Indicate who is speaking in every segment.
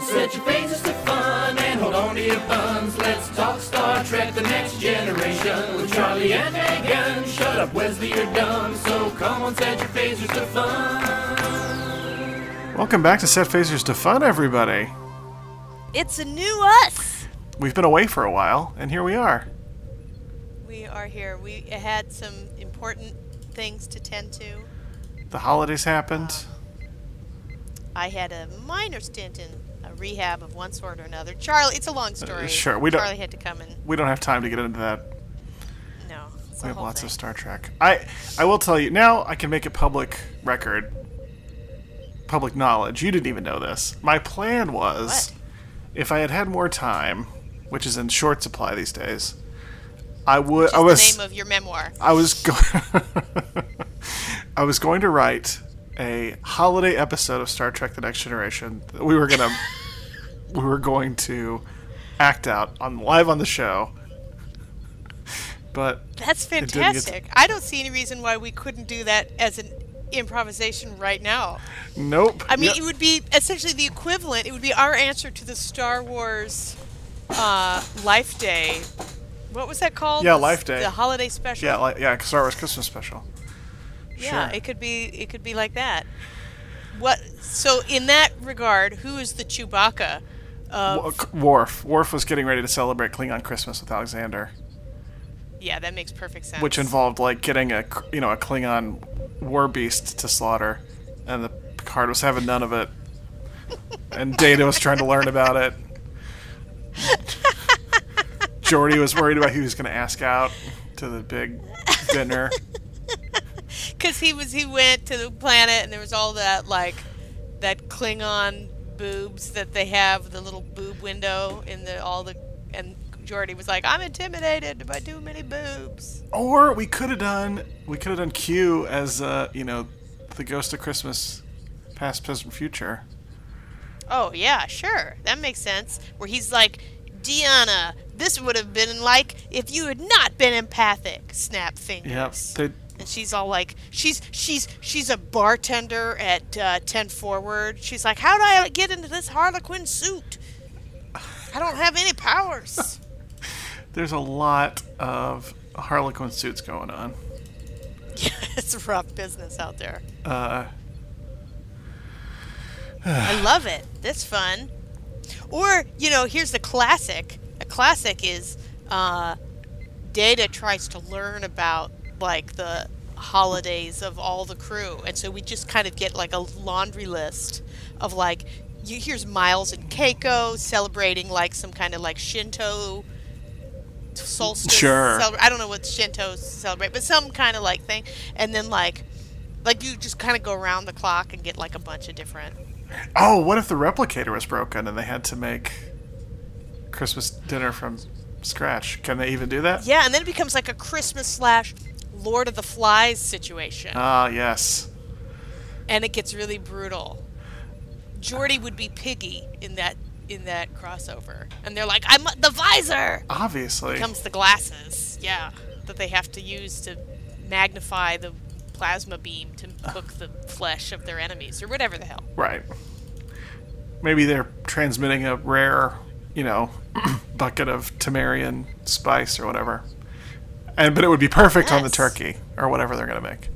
Speaker 1: Set your faces to fun and hold on to your buns. Let's talk Star Trek The Next Generation with Charlie and Megan. Shut up, Wesley, you're dumb. So come on, set your faces to fun.
Speaker 2: Welcome back to Set Phasers to Fun, everybody.
Speaker 3: It's a new us.
Speaker 2: We've been away for a while, and here we are.
Speaker 3: We are here. We had some important things to tend to.
Speaker 2: The holidays happened.
Speaker 3: I had a minor stint in a rehab of one sort or another. Charlie, it's a long story.
Speaker 2: Uh, sure, we don't-
Speaker 3: Charlie had to come and
Speaker 2: We don't have time to get into that.
Speaker 3: no. It's
Speaker 2: We
Speaker 3: a
Speaker 2: have
Speaker 3: whole
Speaker 2: lots
Speaker 3: thing.
Speaker 2: of Star Trek. I I will tell you now. I can make it public record, public knowledge. You didn't even know this. My plan was,
Speaker 3: What?
Speaker 2: if I had had more time, which is in short supply these days, I would. I
Speaker 3: Just
Speaker 2: was.
Speaker 3: the name of your memoir.
Speaker 2: I was going. I was going to write a holiday episode of Star Trek: The Next Generation. that We were gonna. we were going to act out on live on the show. But
Speaker 3: That's
Speaker 2: didn't get to-
Speaker 3: fantastic. I don't see any reason why we couldn't do that as an improvisation right now.
Speaker 2: nope.
Speaker 3: I mean,
Speaker 2: Yep.
Speaker 3: it would be essentially the equivalent. It would be our answer to the Star Wars uh, Life Day. What was that called?
Speaker 2: Yeah,
Speaker 3: The s-
Speaker 2: Life Day.
Speaker 3: The holiday special.
Speaker 2: yeah, like, yeah, Star Wars Christmas special.
Speaker 3: Yeah,
Speaker 2: sure.
Speaker 3: it could be. It could be like that. What? So in that regard, who is the Chewbacca? Of,
Speaker 2: Wa- Worf. Worf was getting ready to celebrate Klingon Christmas with Alexander,
Speaker 3: yeah, that makes perfect sense.
Speaker 2: which involved like getting a k- you know a Klingon war beast to slaughter, and the Picard was having none of it, and Data was trying to learn about it. Geordi was worried about who he was going to ask out to the big dinner.
Speaker 3: Because he was he went to the planet and there was all that like that Klingon boobs that they have the little boob window in the all the and Jordy was like I'm intimidated by too many boobs.
Speaker 2: Or we could have done we could have done Q as uh, you know the ghost of Christmas, past, present, future.
Speaker 3: Oh yeah, sure that makes sense. Where he's like Deanna, this would have been like if you had not been empathic. Snap fingers.
Speaker 2: Yep. They,
Speaker 3: and she's all like she's she's she's a bartender at uh, 10 forward she's like how do i get into this harlequin suit i don't have any powers
Speaker 2: there's a lot of Harlequin suits going on.
Speaker 3: yeah, it's rough business out there
Speaker 2: Uh,
Speaker 3: i love it that's fun or you know here's the classic a classic is uh, data tries to learn about like the holidays of all the crew and so we just kind of get like a laundry list of like you, here's miles and keiko celebrating like some kind of like shinto solstice
Speaker 2: Sure.
Speaker 3: celebra- i don't know what shinto celebrate but some kind of like thing and then like like you just kind of go around the clock and get like a bunch of different
Speaker 2: oh, what if the replicator was broken and they had to make Christmas dinner from scratch? Can they even do that?
Speaker 3: yeah and then it becomes like a christmas slash lord of the flies situation
Speaker 2: Ah, yes.
Speaker 3: and it gets really brutal. Jordy would be Piggy in that in that crossover, and they're like, "I'm the visor."
Speaker 2: Obviously.
Speaker 3: Comes the glasses, yeah, that they have to use to magnify the plasma beam to
Speaker 2: Uh-huh.
Speaker 3: cook the flesh of their enemies or whatever the hell.
Speaker 2: Right. Maybe they're transmitting a rare, you know, bucket of Temerian spice or whatever. And but it would be perfect on the
Speaker 3: Yes.
Speaker 2: turkey or whatever they're gonna make.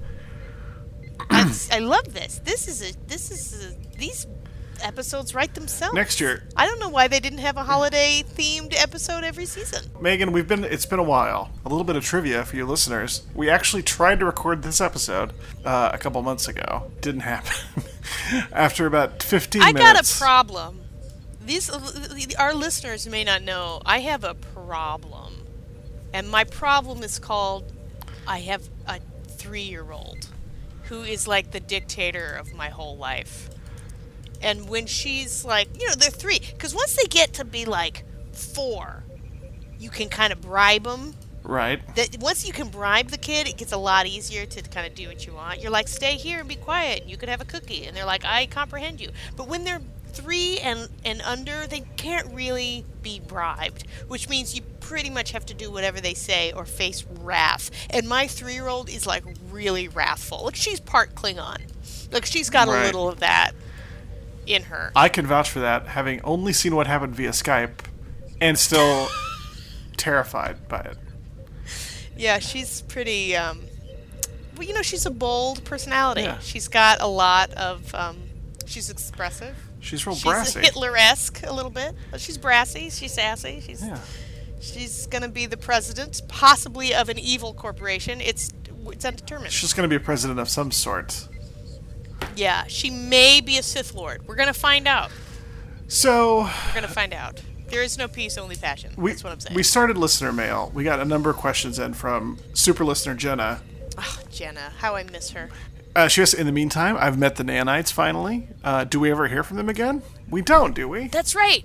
Speaker 3: I, I love this. This is a this is a, these episodes write themselves.
Speaker 2: Next year.
Speaker 3: I don't know why they didn't have a holiday themed episode every season.
Speaker 2: Megan, we've been it's been a while. A little bit of trivia for you listeners. We actually tried to record this episode uh, a couple months ago. Didn't happen. After about 15
Speaker 3: I
Speaker 2: minutes.
Speaker 3: got a problem. These our listeners may not know. I have a problem, and my problem is called. I have a three-year-old who is like the dictator of my whole life, and when she's like, you know, they're three. Because once they get to be like four, you can kind of bribe them
Speaker 2: Right.
Speaker 3: that once you can bribe the kid, it gets a lot easier to kind of do what you want. You're like, stay here and be quiet, and you can have a cookie. And they're like, I comprehend you. But when they're three and, and under, they can't really be bribed, which means you pretty much have to do whatever they say or face wrath. And my three year old is like really wrathful. Like, she's part Klingon. Like, she's got
Speaker 2: Right.
Speaker 3: a little of that in her.
Speaker 2: I can vouch for that, having only seen what happened via Skype, and still terrified by it.
Speaker 3: Yeah, she's pretty. Um, well, you know, she's a bold personality.
Speaker 2: Yeah.
Speaker 3: She's got a lot of. Um, she's expressive.
Speaker 2: She's real
Speaker 3: She's
Speaker 2: brassy.
Speaker 3: Hitler-esque a little bit. She's brassy. She's sassy. She's
Speaker 2: Yeah.
Speaker 3: she's gonna be the president, possibly of an evil corporation. It's it's undetermined.
Speaker 2: She's going to be a president of some sort.
Speaker 3: yeah, she may be a Sith Lord. We're gonna find out.
Speaker 2: So
Speaker 3: We're gonna find out. There is no peace, only passion.
Speaker 2: we
Speaker 3: That's what I'm saying.
Speaker 2: we started listener mail. We got a number of questions in from super listener Jenna.
Speaker 3: oh, Jenna, how I miss her.
Speaker 2: Uh, she was in the meantime, I've met the Nanites finally. Uh, do we ever hear from them again? We don't, do we?
Speaker 3: That's right.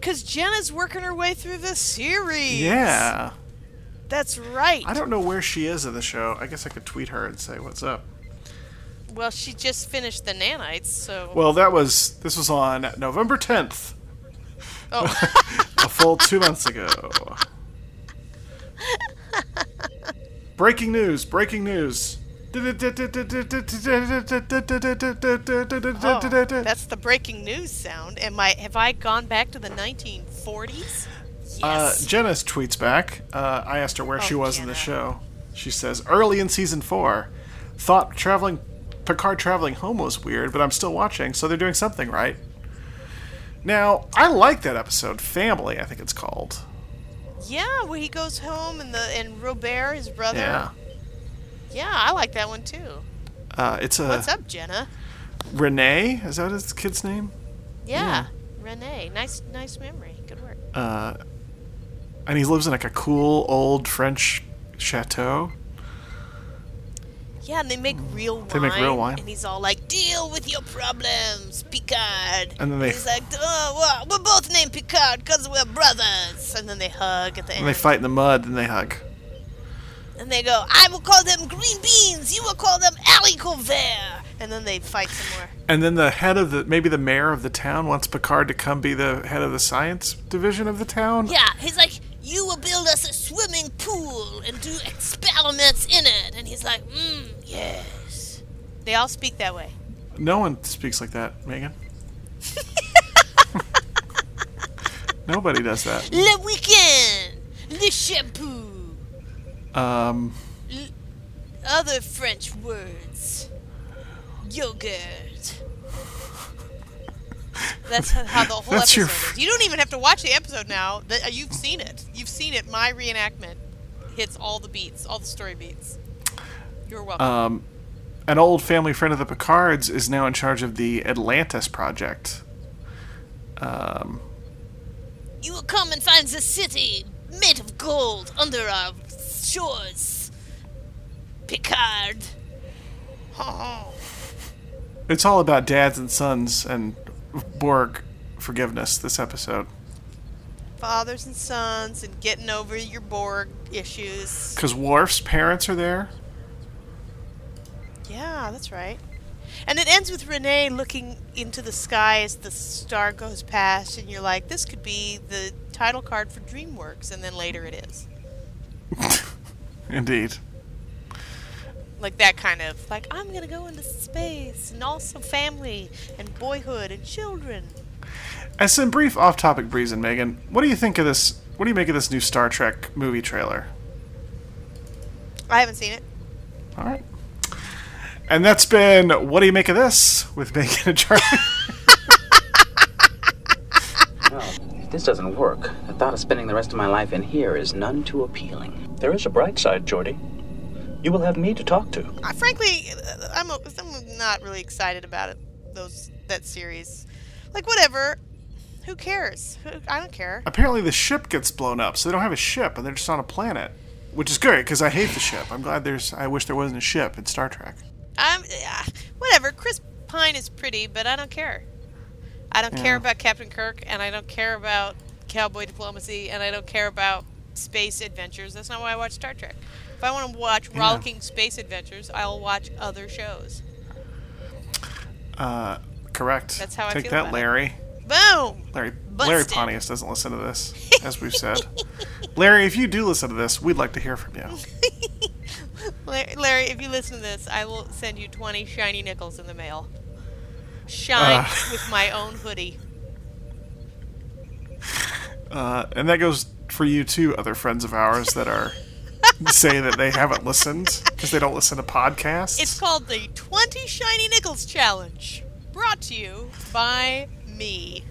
Speaker 3: Cause Jenna's working her way through the series.
Speaker 2: Yeah.
Speaker 3: That's right.
Speaker 2: I don't know where she is in the show. I guess I could tweet her and say what's up.
Speaker 3: Well, she just finished the nanites, so
Speaker 2: Well, that was this was on November 10th,
Speaker 3: oh,
Speaker 2: a full 2 months ago. Breaking news, breaking news.
Speaker 3: oh, that's the breaking news sound. Am I have I gone back to the 1940s? Yes.
Speaker 2: Uh, Jenna's tweets back. Uh, I asked her where she
Speaker 3: Oh,
Speaker 2: was in the
Speaker 3: Jenna.
Speaker 2: show. She says, early in season four, thought traveling, Picard traveling home was weird, but I'm still watching, so they're doing something right. Now, I like that episode, Family, I think it's called.
Speaker 3: yeah, where he goes home and the and Robert, his brother.
Speaker 2: Yeah.
Speaker 3: Yeah, I like that one too.
Speaker 2: Uh, it's a
Speaker 3: What's up, Jenna?
Speaker 2: Renee, is that his kid's name?
Speaker 3: Yeah. Renee, nice nice memory. Good work.
Speaker 2: Uh, And he lives in like a cool old French chateau.
Speaker 3: Yeah, and they make real wine.
Speaker 2: Mm. They make real wine.
Speaker 3: And he's all like, "Deal with your problems, Picard."
Speaker 2: And then they-
Speaker 3: He's like, "Oh, we're, we're both named Picard because we're brothers." And then they hug at the
Speaker 2: And
Speaker 3: end.
Speaker 2: they fight in the mud and they hug.
Speaker 3: And they go, "I will call them green beans. You will call them alicover." And then they fight some more.
Speaker 2: And then the head of the, maybe the mayor of the town wants Picard to come be the head of the science division of the town.
Speaker 3: Yeah, he's like, "You will build us a swimming pool and do experiments in it." And he's like, "Mm, yes." They all speak that way.
Speaker 2: No one speaks like that, Megan. Nobody does that.
Speaker 3: Le weekend, le shampoo.
Speaker 2: Um,
Speaker 3: other French words. Yogurt. That's how how the whole
Speaker 2: That's
Speaker 3: episode
Speaker 2: your
Speaker 3: is. You don't even have to watch the episode now. That uh, you've seen it. You've seen it. My reenactment hits all the beats, all the story beats. You're welcome.
Speaker 2: Uh, um, an old family friend of the Picards is now in charge of the Atlantis project.
Speaker 3: you will come and find the city made of gold under our shores. Picard.
Speaker 2: It's all about dads and sons and Borg forgiveness this episode.
Speaker 3: Fathers and sons and getting over your Borg issues.
Speaker 2: Because Worf's parents are there.
Speaker 3: Yeah, that's right. And it ends with Renee looking into the sky as the star goes past, and you're like, this could be the title card for DreamWorks, and then later it is.
Speaker 2: Indeed.
Speaker 3: Like that kind of, like, I'm going to go into space, and also family, and boyhood, and children.
Speaker 2: As some brief off topic breeze in, Megan, what do you think of this? What do you make of this new Star Trek movie trailer?
Speaker 3: I haven't seen it.
Speaker 2: All right. And that's been What Do You Make of This with Megan and Charlie.
Speaker 4: If this doesn't work, the thought of spending the rest of my life in here is none too appealing. There is a bright side, Jordy. You will have me to talk to.
Speaker 3: I, frankly, uh, I'm, a, I'm not really excited about it, those that series. Like, whatever. Who cares? Who, I don't care.
Speaker 2: Apparently, the ship gets blown up, so they don't have a ship, and they're just on a planet, which is great because I hate the ship. I'm glad there's. I wish there wasn't a ship in Star Trek.
Speaker 3: I'm uh, whatever. Chris Pine is pretty, but I don't care. I don't care
Speaker 2: Yeah.
Speaker 3: about Captain Kirk, and I don't care about cowboy diplomacy, and I don't care about space adventures. That's not why I watch Star Trek. If I want to watch rollicking space adventures, I'll watch other shows.
Speaker 2: Uh, Correct.
Speaker 3: That's how I
Speaker 2: Take
Speaker 3: feel
Speaker 2: that,
Speaker 3: about it.
Speaker 2: Larry.
Speaker 3: Boom.
Speaker 2: Larry.
Speaker 3: Busted.
Speaker 2: Larry Pontius doesn't listen to this, as we've said. Larry, if you do listen to this, we'd like to hear from you.
Speaker 3: Lar- Larry, if you listen to this, I will send you 20 shiny nickels in the mail. Shined with my own hoodie.
Speaker 2: Uh, and that goes for you too, other friends of ours that are say that they haven't listened because they don't listen to podcasts.
Speaker 3: It's called the 20 Shiny Nickels Challenge, brought to you by me.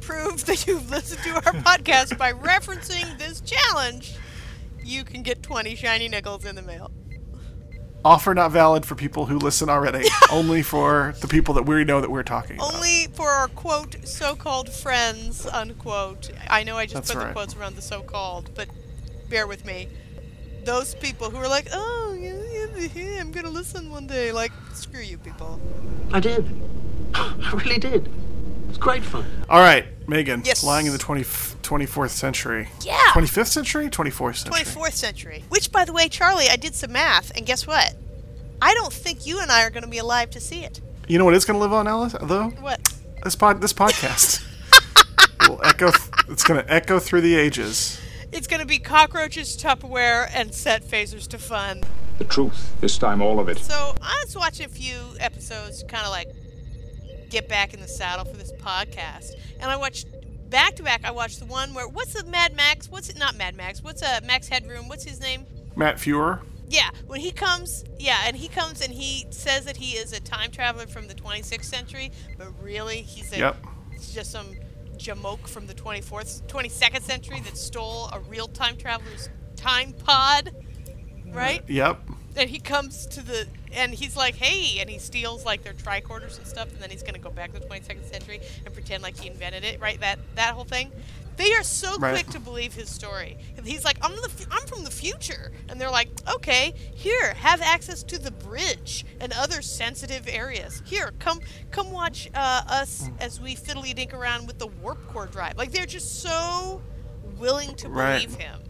Speaker 3: Prove that you've listened to our podcast by referencing this challenge. You can get 20 shiny nickels in the mail.
Speaker 2: Offer not valid for people who listen already. only for the people that we know that we're talking about.
Speaker 3: Only for our quote so called friends, unquote. I know I just
Speaker 2: That's
Speaker 3: put
Speaker 2: right.
Speaker 3: the quotes around the so called, but bear with me. Those people who are like, oh, yeah, yeah, yeah, I'm going to listen one day. Like, screw you people.
Speaker 5: I did. I really did. It's great fun.
Speaker 2: All right, Megan.
Speaker 3: Yes.
Speaker 2: Lying in the 20, 24th century.
Speaker 3: Yeah.
Speaker 2: 25th century? 24th century.
Speaker 3: 24th century. Which, by the way, Charlie, I did some math, and guess what? I don't think you and I are going to be alive to see it.
Speaker 2: You know what is going to live on, Alice? Though
Speaker 3: What?
Speaker 2: this pod, this podcast. will echo. It's going to echo through the ages.
Speaker 3: It's going to be cockroaches, Tupperware, and set phasers to fun.
Speaker 6: The truth, this time all of it.
Speaker 3: So I was watching a few episodes to kind of like get back in the saddle for this podcast, and I watched back to back. I watched the one where what's the Mad Max? What's it? Not Mad Max. What's uh, Max Headroom? What's his name?
Speaker 2: Matt Fuhrer.
Speaker 3: Yeah, when he comes, yeah, and he comes and he says that he is a time traveler from the 26th century, but really he's a
Speaker 2: Yep.
Speaker 3: it's just some jamoke from the 24th, 22nd century that stole a real time traveler's time pod, right?
Speaker 2: Yep.
Speaker 3: And he comes to the and he's like, "Hey," and he steals like their tricorders and stuff, and then he's gonna go back to the 22nd century and pretend like he invented it, right? That that whole thing. They are so
Speaker 2: Right.
Speaker 3: quick to believe his story. And he's like, "I'm the fu- I'm from the future," and they're like, "Okay, here, have access to the bridge and other sensitive areas. Here, come come watch uh, us
Speaker 2: Hmm.
Speaker 3: as we fiddly dink around with the warp core drive." Like they're just so willing to
Speaker 2: Right.
Speaker 3: believe him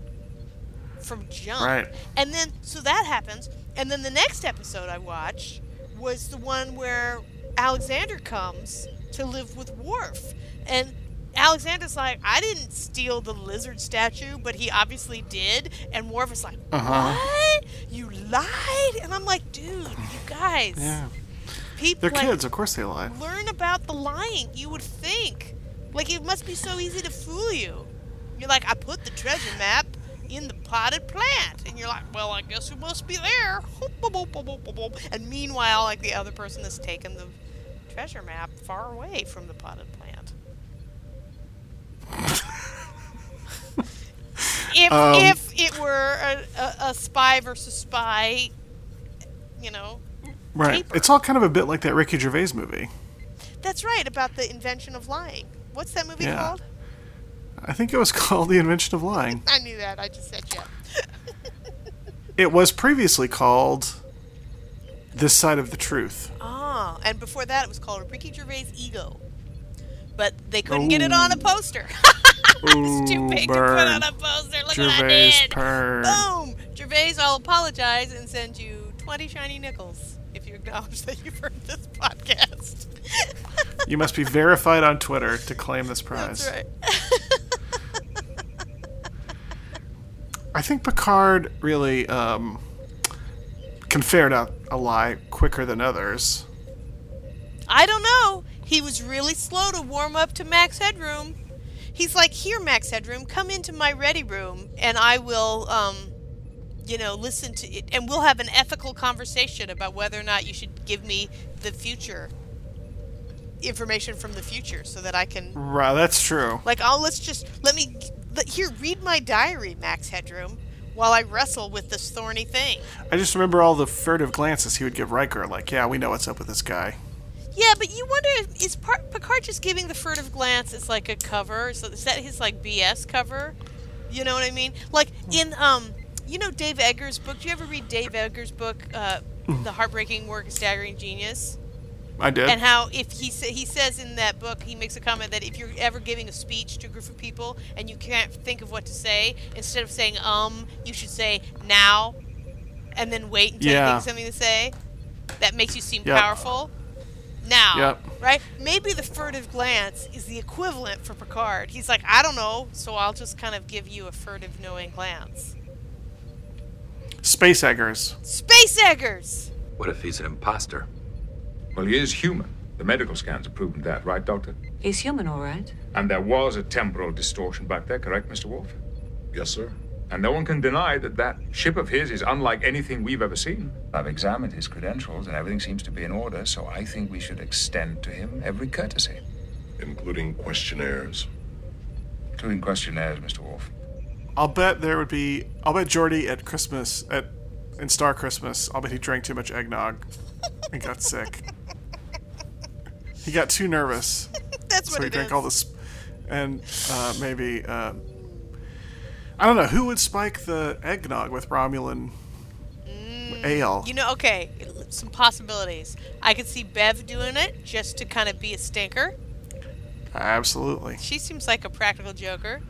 Speaker 3: from jump.
Speaker 2: Right.
Speaker 3: And then so that happens, and then the next episode I watched was the one where Alexander comes to live with Worf, and Alexander's like, "I didn't steal the lizard statue, but he obviously did," and Worf is like,
Speaker 2: Uh-huh.
Speaker 3: "What? You lied?" And I'm like, "Dude, you guys,
Speaker 2: Yeah.
Speaker 3: people,
Speaker 2: They're kids. Of course they lie.
Speaker 3: learn about the lying. You would think. Like, it must be so easy to fool you. You're like, I put the treasure map in the potted plant. And you're like, well, I guess it must be there. And meanwhile, like, the other person has taken the treasure map far away from the potted plant. if,
Speaker 2: Um.
Speaker 3: if it were a, a, a spy versus spy, you know,
Speaker 2: Right.
Speaker 3: Paper.
Speaker 2: It's all kind of a bit like that Ricky Gervais movie.
Speaker 3: That's right about the invention of lying. What's that movie
Speaker 2: Yeah.
Speaker 3: called?
Speaker 2: I think it was called The Invention of Lying.
Speaker 3: I knew that. I just said yeah.
Speaker 2: It was previously called This Side of the Truth.
Speaker 3: Ah, and before that, it was called Ricky Gervais Ego. But they couldn't get it on a poster. it's too
Speaker 2: Ooh,
Speaker 3: big
Speaker 2: burn.
Speaker 3: to put on a poster. Look what I
Speaker 2: Gervais
Speaker 3: did.
Speaker 2: Pern.
Speaker 3: Boom! Gervais, I'll apologize and send you 20 shiny nickels if you acknowledge that you've heard this podcast.
Speaker 2: You must be verified on Twitter to claim this prize.
Speaker 3: That's right.
Speaker 2: I think Picard really um, conferred out a lie quicker than others.
Speaker 3: I don't know. He was really slow to warm up to Max Headroom. He's like, "Here, Max Headroom, come into my ready room, and I will, um, you know, listen to it, and we'll have an ethical conversation about whether or not you should give me the future information from the future, so that I can,
Speaker 2: Right, that's true.
Speaker 3: like, oh, let's just let me let, here read my diary, Max Headroom, while I wrestle with this thorny thing."
Speaker 2: I just remember all the furtive glances he would give Riker, like, yeah, we know what's up with this guy.
Speaker 3: Yeah, but you wonder if- is Par- Picard just giving the furtive glance as like a cover? So is that his like BS cover? You know what I mean? Like in um, you know Dave Eggers' book. Do you ever read Dave Eggers' book, uh, The Heartbreaking Work of Staggering Genius?
Speaker 2: I did.
Speaker 3: And how if he sa- he says in that book he makes a comment that if you're ever giving a speech to a group of people and you can't think of what to say, instead of saying um, you should say now, and then wait until you
Speaker 2: Yeah.
Speaker 3: think of something to say. That makes you seem
Speaker 2: Yep.
Speaker 3: powerful. Now,
Speaker 2: Yep.
Speaker 3: right? Maybe the furtive glance is the equivalent for Picard. He's like, I don't know, so I'll just kind of give you a furtive, knowing glance.
Speaker 2: Space Eggers.
Speaker 3: Space Eggers.
Speaker 7: What if he's an imposter?
Speaker 6: Well, he is human. The medical scans have proven that, right, Doctor?
Speaker 7: He's human, all right.
Speaker 6: And there was a temporal distortion back there, correct, Mr. Wolf?
Speaker 8: Yes, sir.
Speaker 6: And no one can deny that that ship of his is unlike anything we've ever seen.
Speaker 9: I've examined his credentials, and everything seems to be in order, so I think we should extend to him every courtesy.
Speaker 8: Including questionnaires.
Speaker 9: Including questionnaires, Mr. Wolf.
Speaker 2: I'll bet there would be. I'll bet Jordy at Christmas at in Star Christmas. I'll bet he drank too much eggnog and got sick. He got too nervous,
Speaker 3: That's
Speaker 2: so
Speaker 3: what
Speaker 2: he
Speaker 3: it
Speaker 2: drank
Speaker 3: is.
Speaker 2: all this. And uh, maybe uh, I don't know who would spike the eggnog with Romulan ale.
Speaker 3: Mm, You know, okay, some possibilities. I could see Bev doing it just to kind of be a stinker.
Speaker 2: Absolutely,
Speaker 3: She seems like a practical joker.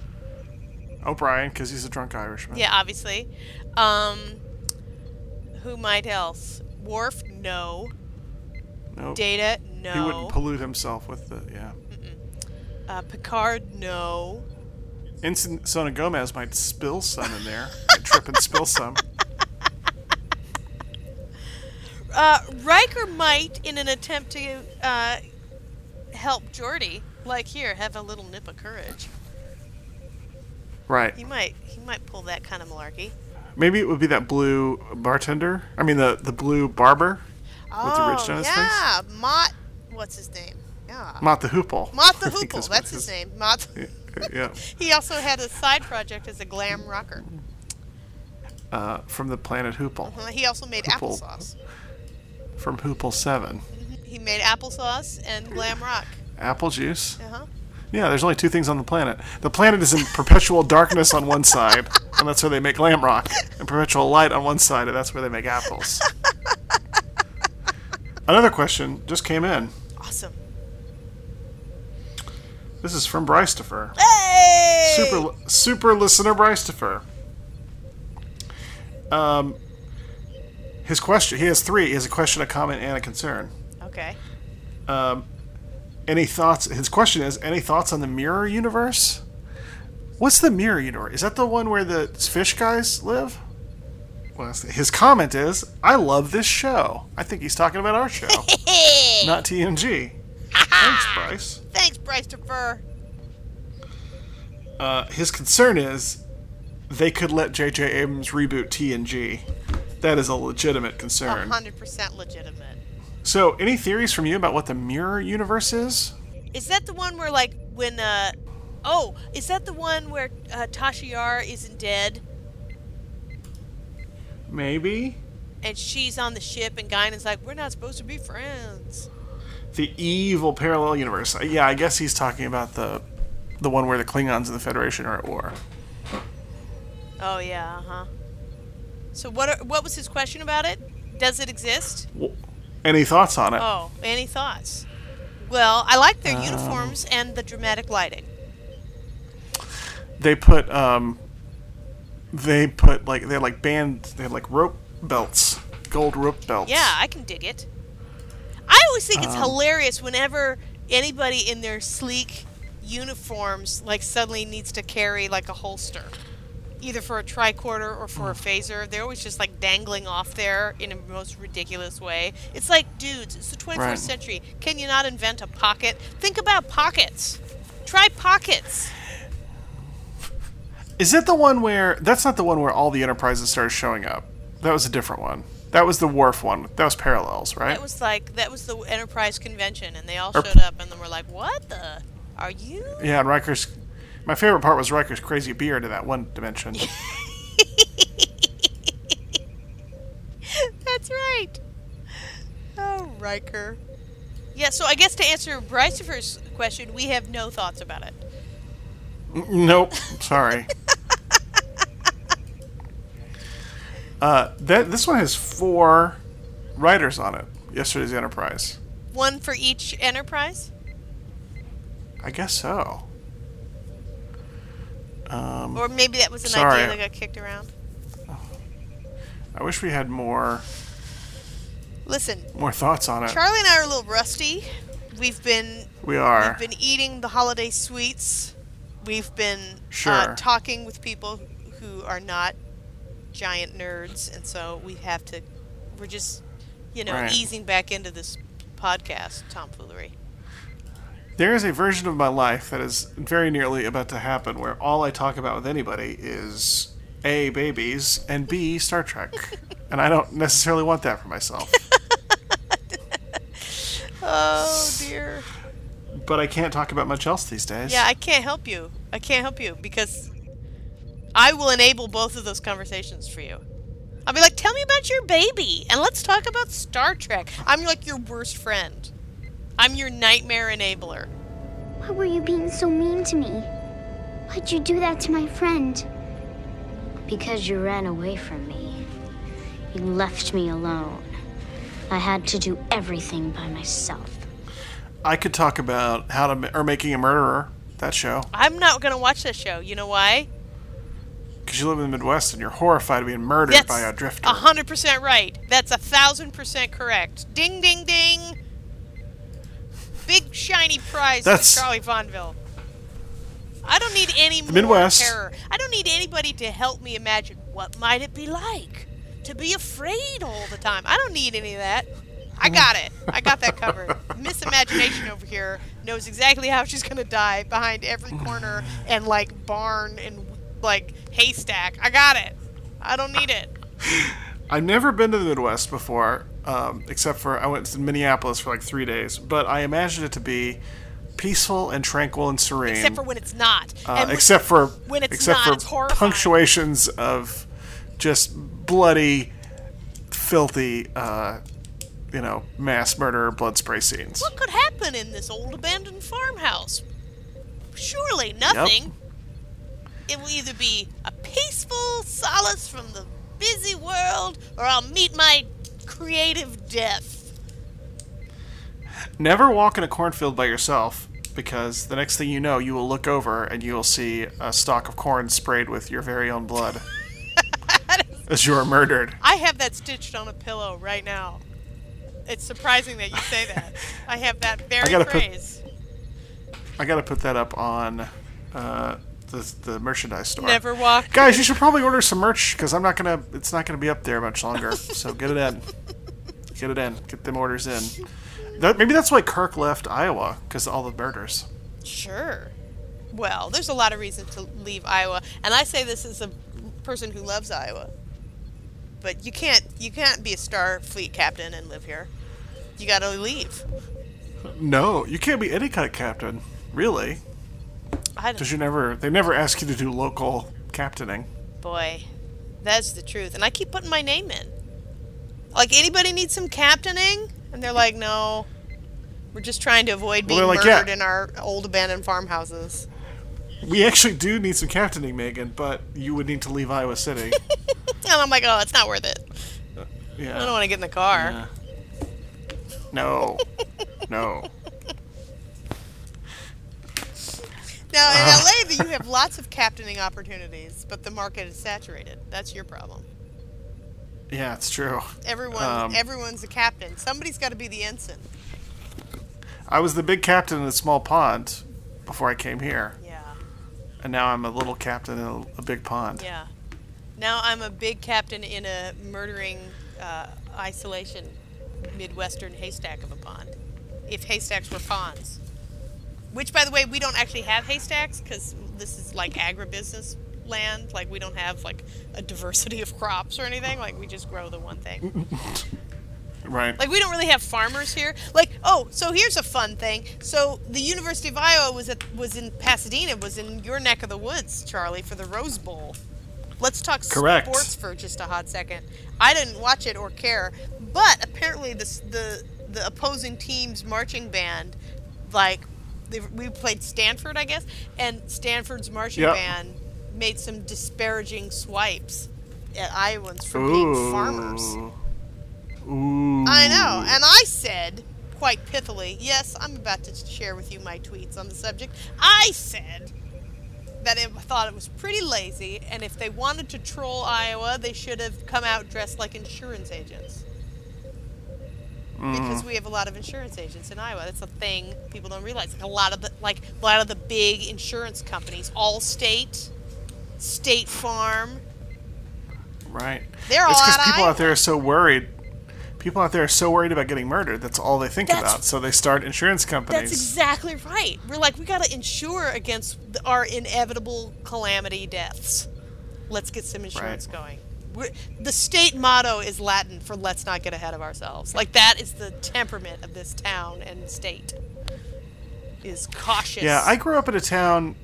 Speaker 2: O'Brien, because he's a drunk Irishman.
Speaker 3: Yeah, obviously. Um, who might else? Worf, no.
Speaker 2: Nope.
Speaker 3: Data,
Speaker 2: He wouldn't
Speaker 3: no.
Speaker 2: pollute himself with the yeah.
Speaker 3: Uh, Picard, no.
Speaker 2: Ensign Sona Gomez might spill some in there. might trip and spill some.
Speaker 3: Uh, Riker might, in an attempt to uh, help Geordi, like here, have a little nip of courage.
Speaker 2: Right.
Speaker 3: He might, he might pull that kind of malarkey.
Speaker 2: Maybe it would be that blue bartender. I mean the the blue barber with the ridge
Speaker 3: oh,
Speaker 2: on his face.
Speaker 3: yeah, Mott. What's his name? Yeah,
Speaker 2: Mott the Hoople.
Speaker 3: Mott the
Speaker 2: I think
Speaker 3: Hoople.
Speaker 2: what
Speaker 3: That's
Speaker 2: it
Speaker 3: his
Speaker 2: is.
Speaker 3: name. Mott.
Speaker 2: Yeah,
Speaker 3: He also had a side project as a glam rocker.
Speaker 2: uh, from the planet Hoople,
Speaker 3: Uh, He also made
Speaker 2: Hoople.
Speaker 3: applesauce.
Speaker 2: from Hoople Seven,
Speaker 3: He made applesauce and glam rock.
Speaker 2: apple juice.
Speaker 3: Uh-huh.
Speaker 2: Yeah, there's only two things on the planet. The planet is in perpetual darkness on one side, and that's where they make lamb rock, and perpetual light on one side, and that's where they make apples. Another question just came in.
Speaker 3: Awesome.
Speaker 2: This is from Brystifer.
Speaker 3: Hey!
Speaker 2: Super, super listener Brystifer. Um, his question, he has three. He has a question, a comment, and a concern.
Speaker 3: Okay.
Speaker 2: any thoughts his question is any thoughts on the mirror universe what's the mirror universe is that the one where the fish guys live well, that's- his comment is i love this show i think he's talking about our show not tng thanks bryce
Speaker 3: Thanks, Bryce Defer.
Speaker 2: uh, his concern is they could let jj abrams reboot tng that is a legitimate concern
Speaker 3: Uh-huh. 100% legitimate.
Speaker 2: so any theories from you about what the mirror universe is
Speaker 3: Is that the one where, like, when, uh, oh, is that the one where uh, Tasha Yar isn't dead
Speaker 2: maybe
Speaker 3: and she's on the ship and Guinan's like, we're not supposed to be friends?
Speaker 2: the evil parallel universe. Uh, Yeah, I guess he's talking about the the one where the Klingons and the Federation are at war.
Speaker 3: Oh, yeah, uh huh. So, what, are, what was his question about it? Does it exist?
Speaker 2: Any thoughts on it?
Speaker 3: Oh, any thoughts? Well, I like their uniforms and the dramatic lighting.
Speaker 2: They put um they put like they had like band they had like rope belts, gold rope belts.
Speaker 3: Yeah, I can dig it. I always think
Speaker 2: Um,
Speaker 3: it's hilarious whenever anybody in their sleek uniforms like suddenly needs to carry like a holster, either for a tricorder or
Speaker 2: Mm.
Speaker 3: for a phaser. They're always just like dangling off there in a most ridiculous way. It's like, dudes, it's the 24th
Speaker 2: Right.
Speaker 3: century. Can you not invent a pocket? Think about pockets. Try pockets.
Speaker 2: Is that the one where that's not the one where all the enterprises started showing up? That was a different one. That was the Wharf one. That was Parallels, right?
Speaker 3: That was like that was the Enterprise convention, and they all
Speaker 2: Or-
Speaker 3: showed up, and then we're like, "What the? Are you?"
Speaker 2: yeah, and Riker's. My favorite part was Riker's crazy beard in that one dimension.
Speaker 3: That's right. Oh, Riker. Yeah. So I guess to answer Brycefer's question, we have no thoughts about it.
Speaker 2: Nope. Sorry. uh, that this one has four writers on it. Yesterday's Enterprise.
Speaker 3: One for each Enterprise,
Speaker 2: I guess so. Um,
Speaker 3: or maybe that was an
Speaker 2: Sorry.
Speaker 3: idea that got kicked around.
Speaker 2: I wish we had more
Speaker 3: Listen,
Speaker 2: more thoughts on it.
Speaker 3: Charlie and I are a little rusty. We've been
Speaker 2: We are.
Speaker 3: We've been eating the holiday sweets. We've been uh,
Speaker 2: Sure.
Speaker 3: talking with people who are not giant nerds, and so we have to. We're just, you know,
Speaker 2: Right.
Speaker 3: easing back into this podcast tomfoolery.
Speaker 2: There is a version of my life that is very nearly about to happen where all I talk about with anybody is A, babies, and B, Star Trek. and I don't necessarily want that for myself.
Speaker 3: Oh dear.
Speaker 2: but I can't talk about much else these days.
Speaker 3: Yeah, I can't help you. I can't help you because I will enable both of those conversations for you. I'll be like, "Tell me about your baby, and let's talk about Star Trek." I'm like your worst friend. I'm your nightmare enabler.
Speaker 7: Why were you being so mean to me? Why'd you do that to my friend? Because you ran away from me. You left me alone. I had to do everything by myself.
Speaker 2: I could talk about how to ma- or making a murderer that show
Speaker 3: I'm not gonna watch this show. You know why?
Speaker 2: because you live in the Midwest and you're horrified of being murdered
Speaker 3: That's
Speaker 2: by a drifter.
Speaker 3: hundred percent right. That's a thousand percent correct. Ding, ding, ding. Big shiny prize
Speaker 2: That's-
Speaker 3: for Charlie Vonville. I don't need any more
Speaker 2: Midwest.
Speaker 3: terror. I don't need anybody to help me imagine what might it be like to be afraid all the time. I don't need any of that. I got it. I got that covered. Miss Imagination over here knows exactly how she's gonna die behind every corner and like barn and like haystack. I got it. I don't need it.
Speaker 2: I've never been to the Midwest before, um, except for I went to Minneapolis for like three days. But I imagined it to be peaceful and tranquil and serene.
Speaker 3: except for when it's not.
Speaker 2: uh,
Speaker 3: and when-
Speaker 2: except for
Speaker 3: when it's
Speaker 2: except
Speaker 3: not,
Speaker 2: for
Speaker 3: it's horrifying.
Speaker 2: punctuations of just bloody, filthy, uh, you know, mass murder, blood spray scenes.
Speaker 3: what could happen in this old abandoned farmhouse? Surely nothing. It will either be a peaceful solace from the busy world, or I'll meet my creative death.
Speaker 2: Never walk in a cornfield by yourself because the next thing you know, you will look over and you will see a stalk of corn sprayed with your very own blood as you are murdered.
Speaker 3: I have that stitched on a pillow right now. It's surprising that you say that. I have that very
Speaker 2: gotta put-
Speaker 3: phrase.
Speaker 2: I gotta put that up on uh, the the merchandise store.
Speaker 3: Never walk.
Speaker 2: Guys, you should probably order some merch because I'm not gonna. It's not gonna be up there much longer. so get it in. Get it in. Get them orders in. That, maybe that's why Kirk left Iowa because all the murders.
Speaker 3: Sure. Well, there's a lot of reasons to leave Iowa, and I say this as a person who loves Iowa. But you can't you can't be a Starfleet captain and live here. You got to leave.
Speaker 2: No, you can't be any kind of captain, really,
Speaker 3: I
Speaker 2: because
Speaker 3: don't,
Speaker 2: you never. They never ask you to do local captaining.
Speaker 3: boy, that's the truth. And I keep putting my name in. Like anybody needs some captaining, and they're like, no, we're just trying to avoid
Speaker 2: Well,
Speaker 3: being
Speaker 2: they're like, yeah.
Speaker 3: murdered in our old abandoned farmhouses.
Speaker 2: We actually do need some captaining, Megan, but you would need to leave Iowa City.
Speaker 3: And I'm like, oh, it's not worth it.
Speaker 2: Yeah.
Speaker 3: I don't want to get in the car.
Speaker 2: No. No.
Speaker 3: Now in LA, that you have lots of captaining opportunities, but the market is saturated. That's your problem.
Speaker 2: Yeah, it's true.
Speaker 3: Everyone,
Speaker 2: Um,
Speaker 3: everyone's a captain. Somebody's got to be the ensign.
Speaker 2: I was the big captain in a small pond before I came here,
Speaker 3: Yeah,
Speaker 2: and now I'm a little captain in a, a big pond.
Speaker 3: yeah. Now I'm a big captain in a murdering uh, isolation, midwestern haystack of a pond. If haystacks were ponds, which by the way, we don't actually have haystacks because this is like agribusiness land. Like we don't have like a diversity of crops or anything. Like we just grow the one thing.
Speaker 2: Right.
Speaker 3: Like we don't really have farmers here. Like oh, so here's a fun thing. So the University of Iowa was at, was in Pasadena, was in your neck of the woods, Charlie, for the Rose Bowl. Let's talk
Speaker 2: Correct.
Speaker 3: sports for just a hot second. I didn't watch it or care, but apparently the s- the the opposing team's marching band, like they, we played Stanford, I guess, and Stanford's marching
Speaker 2: Yep.
Speaker 3: band made some disparaging swipes at Iowans for being farmers.
Speaker 2: Ooh.
Speaker 3: I know. And I said, quite pithily, yes, I'm about to share with you my tweets on the subject. I said that it, I thought it was pretty lazy, and if they wanted to troll Iowa, they should have come out dressed like insurance agents. Because we have a lot of insurance agents in Iowa. That's a thing people don't realize. Like a lot of the like a lot of the big insurance companies, Allstate, State Farm,
Speaker 2: Right.
Speaker 3: They're
Speaker 2: it's
Speaker 3: all
Speaker 2: because
Speaker 3: out of
Speaker 2: people
Speaker 3: Iowa.
Speaker 2: out there are so worried. people out there are so worried about getting murdered. That's all they think
Speaker 3: That's-
Speaker 2: about. So they start insurance companies.
Speaker 3: That's exactly right. We're like, we got to insure against th- our inevitable calamity deaths. Let's get some insurance
Speaker 2: Right.
Speaker 3: going. We're, the state motto is Latin for let's not get ahead of ourselves. Like, that is the temperament of this town and state. Is cautious.
Speaker 2: Yeah, I grew up in a town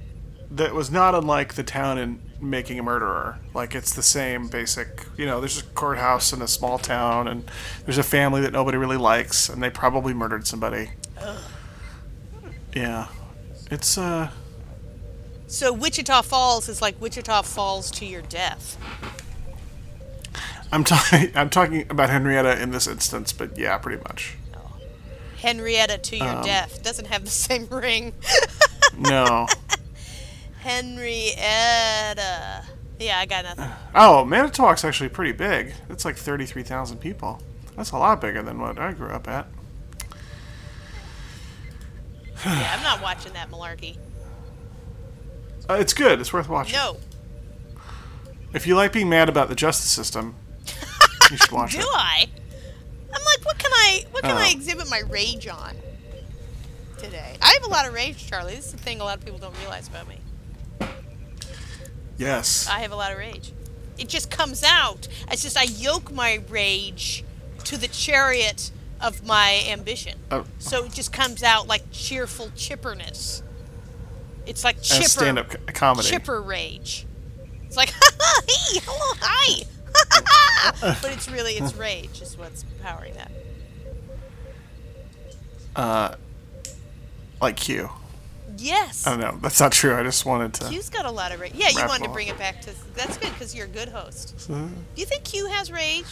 Speaker 2: that was not unlike the town in Making a Murderer. Like it's the same basic, you know, there's a courthouse in a small town and there's a family that nobody really likes and they probably murdered somebody. Yeah. It's uh
Speaker 3: So Wichita Falls is like Wichita Falls to your death.
Speaker 2: I'm talking I'm talking about Henrietta in this instance, but yeah, pretty much.
Speaker 3: Henrietta to
Speaker 2: Um,
Speaker 3: your death doesn't have the same ring.
Speaker 2: No.
Speaker 3: Henrietta. Yeah, I got nothing.
Speaker 2: oh, Manitowoc's actually pretty big. It's like 33,000 people. That's a lot bigger than what I grew up at.
Speaker 3: Yeah, I'm not watching that malarkey.
Speaker 2: Uh, it's good. It's worth watching.
Speaker 3: No.
Speaker 2: If you like being mad about the justice system, you should watch
Speaker 3: Do
Speaker 2: it.
Speaker 3: I? I'm like, what can I what can I
Speaker 2: Oh.
Speaker 3: exhibit my rage on today? I have a lot of rage, Charlie. This is the thing a lot of people don't realize about me.
Speaker 2: Yes.
Speaker 3: I have a lot of rage. It just comes out. It's just I yoke my rage to the chariot of my ambition.
Speaker 2: Oh.
Speaker 3: So it just comes out like cheerful chipperness. It's like chipper
Speaker 2: As stand-up co- comedy.
Speaker 3: chipper rage. It's like hey, hello, hi. but it's really it's rage is what's powering that.
Speaker 2: Like Q.
Speaker 3: Yes.
Speaker 2: I don't know. That's not true. I just wanted to.
Speaker 3: Q's got a lot of rage. Yeah, you
Speaker 2: Wrap
Speaker 3: wanted to
Speaker 2: up.
Speaker 3: bring it back to that's good because you're a good host. Do you think Q has rage?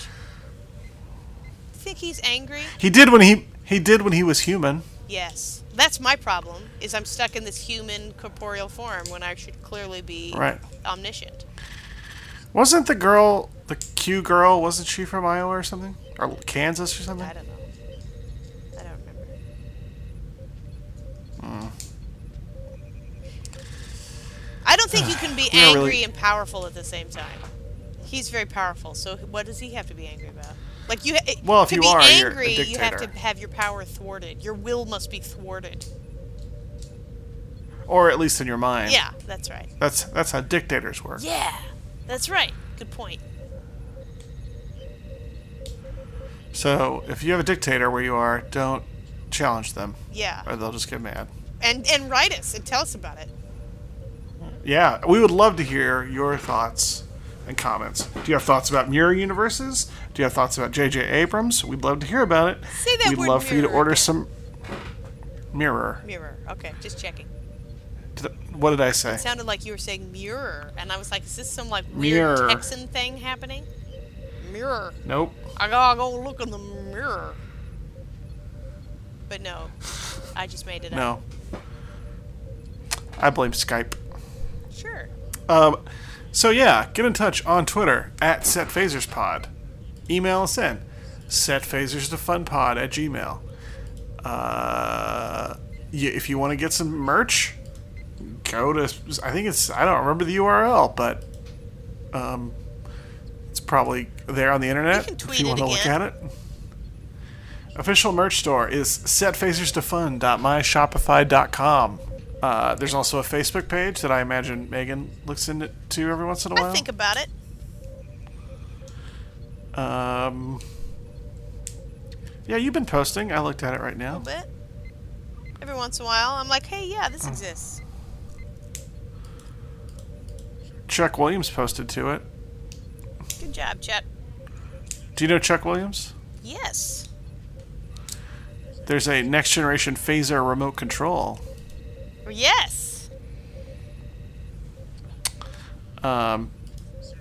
Speaker 3: Think he's angry?
Speaker 2: He did when he he did when he was human.
Speaker 3: Yes. That's my problem. Is I'm stuck in this human corporeal form when I should clearly be
Speaker 2: Right.
Speaker 3: omniscient.
Speaker 2: Wasn't the girl the Q girl? Wasn't she from Iowa or something, or Kansas or something?
Speaker 3: I don't know. I don't remember.
Speaker 2: Hmm.
Speaker 3: I don't think you can be
Speaker 2: You know,
Speaker 3: angry
Speaker 2: really-
Speaker 3: and powerful at the same time. He's very powerful, so what does he have to be angry about? Like you, ha-
Speaker 2: Well, if
Speaker 3: to
Speaker 2: you
Speaker 3: be
Speaker 2: are, you're a
Speaker 3: angry, you have to
Speaker 2: dictator.
Speaker 3: have your power thwarted. Your will must be thwarted.
Speaker 2: Or at least in your mind.
Speaker 3: Yeah, that's right.
Speaker 2: That's that's how dictators work.
Speaker 3: Yeah, that's right. Good point.
Speaker 2: So if you have a dictator where you are, don't challenge them,
Speaker 3: Yeah,
Speaker 2: or they'll just get mad.
Speaker 3: and and write us and tell us about it.
Speaker 2: Yeah, we would love to hear your thoughts and comments. Do you have thoughts about mirror universes? Do you have thoughts about J.J. Abrams? We'd love to hear about it.
Speaker 3: Say that
Speaker 2: We'd
Speaker 3: word
Speaker 2: love for you to
Speaker 3: mirror
Speaker 2: order
Speaker 3: again.
Speaker 2: some mirror.
Speaker 3: Mirror. Okay, just checking.
Speaker 2: Did I- What did I say?
Speaker 3: It sounded like you were saying mirror, and I was like, is this some like weird
Speaker 2: Mirror.
Speaker 3: Texan thing happening? Mirror.
Speaker 2: Nope.
Speaker 3: I gotta go look in the mirror. But no, I just made it up.
Speaker 2: No. I blame Skype.
Speaker 3: Sure.
Speaker 2: Um, so yeah, get in touch on Twitter at setphaserspod. Email us in setphasersthefunpod at gmail. Uh, y if you want to get some merch, go to I think it's I don't remember the URL, but um, it's probably there on the internet
Speaker 3: You can
Speaker 2: if
Speaker 3: tweet
Speaker 2: you
Speaker 3: it
Speaker 2: want to look
Speaker 3: again.
Speaker 2: at it. Official merch store is setphaserstofun.myshopify.com. Uh, there's also a Facebook page that I imagine Megan looks into every once in a while.
Speaker 3: I think about it.
Speaker 2: um, yeah, you've been posting. I looked at it right now.
Speaker 3: A bit. Every once in a while, I'm like, hey, yeah,
Speaker 2: Hmm.
Speaker 3: this exists.
Speaker 2: Chuck Williams posted to it.
Speaker 3: Good job, Chet.
Speaker 2: Do you know Chuck Williams?
Speaker 3: Yes.
Speaker 2: There's a next generation phaser remote control.
Speaker 3: Yes.
Speaker 2: Um,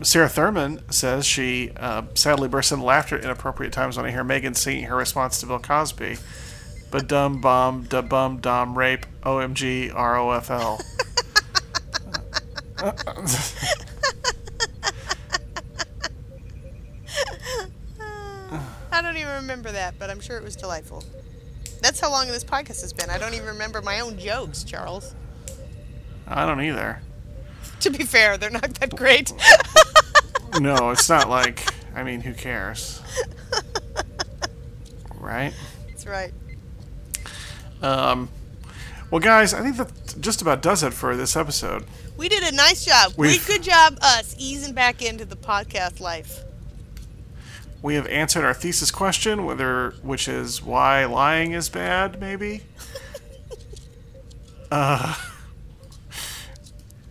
Speaker 2: Sarah Thurman says she uh, sadly bursts into laughter at inappropriate times when I hear Megan singing her response to Bill Cosby. But dum bomb, da bum dom rape, OMG, ROFL.
Speaker 3: I don't even remember that, but I'm sure it was delightful. That's how long this podcast has been. I don't even remember my own jokes, Charles.
Speaker 2: I don't either.
Speaker 3: To be fair, they're not that great.
Speaker 2: No, it's not like, I mean, who cares? right?
Speaker 3: That's right.
Speaker 2: Um, well, guys, I think that just about does it for this episode.
Speaker 3: We did a nice job. We
Speaker 2: We've-
Speaker 3: good job us easing back into the podcast life.
Speaker 2: We have answered our thesis question, whether which is why lying is bad, maybe. uh,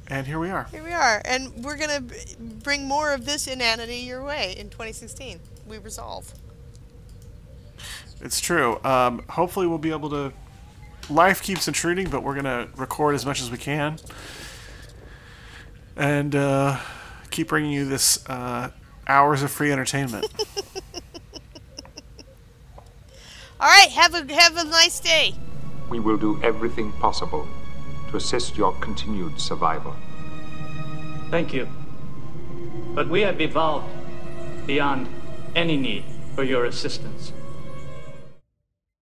Speaker 2: and here we are.
Speaker 3: Here we are, and we're gonna b- bring more of this inanity your way in 2016. We resolve.
Speaker 2: It's true. Um, hopefully, we'll be able to. Life keeps intruding, but we're gonna record as much as we can, and uh, keep bringing you this uh, hours of free entertainment.
Speaker 3: All right, have a have a nice day.
Speaker 6: We will do everything possible to assist your continued survival.
Speaker 10: Thank you. But we have evolved beyond any need for your assistance.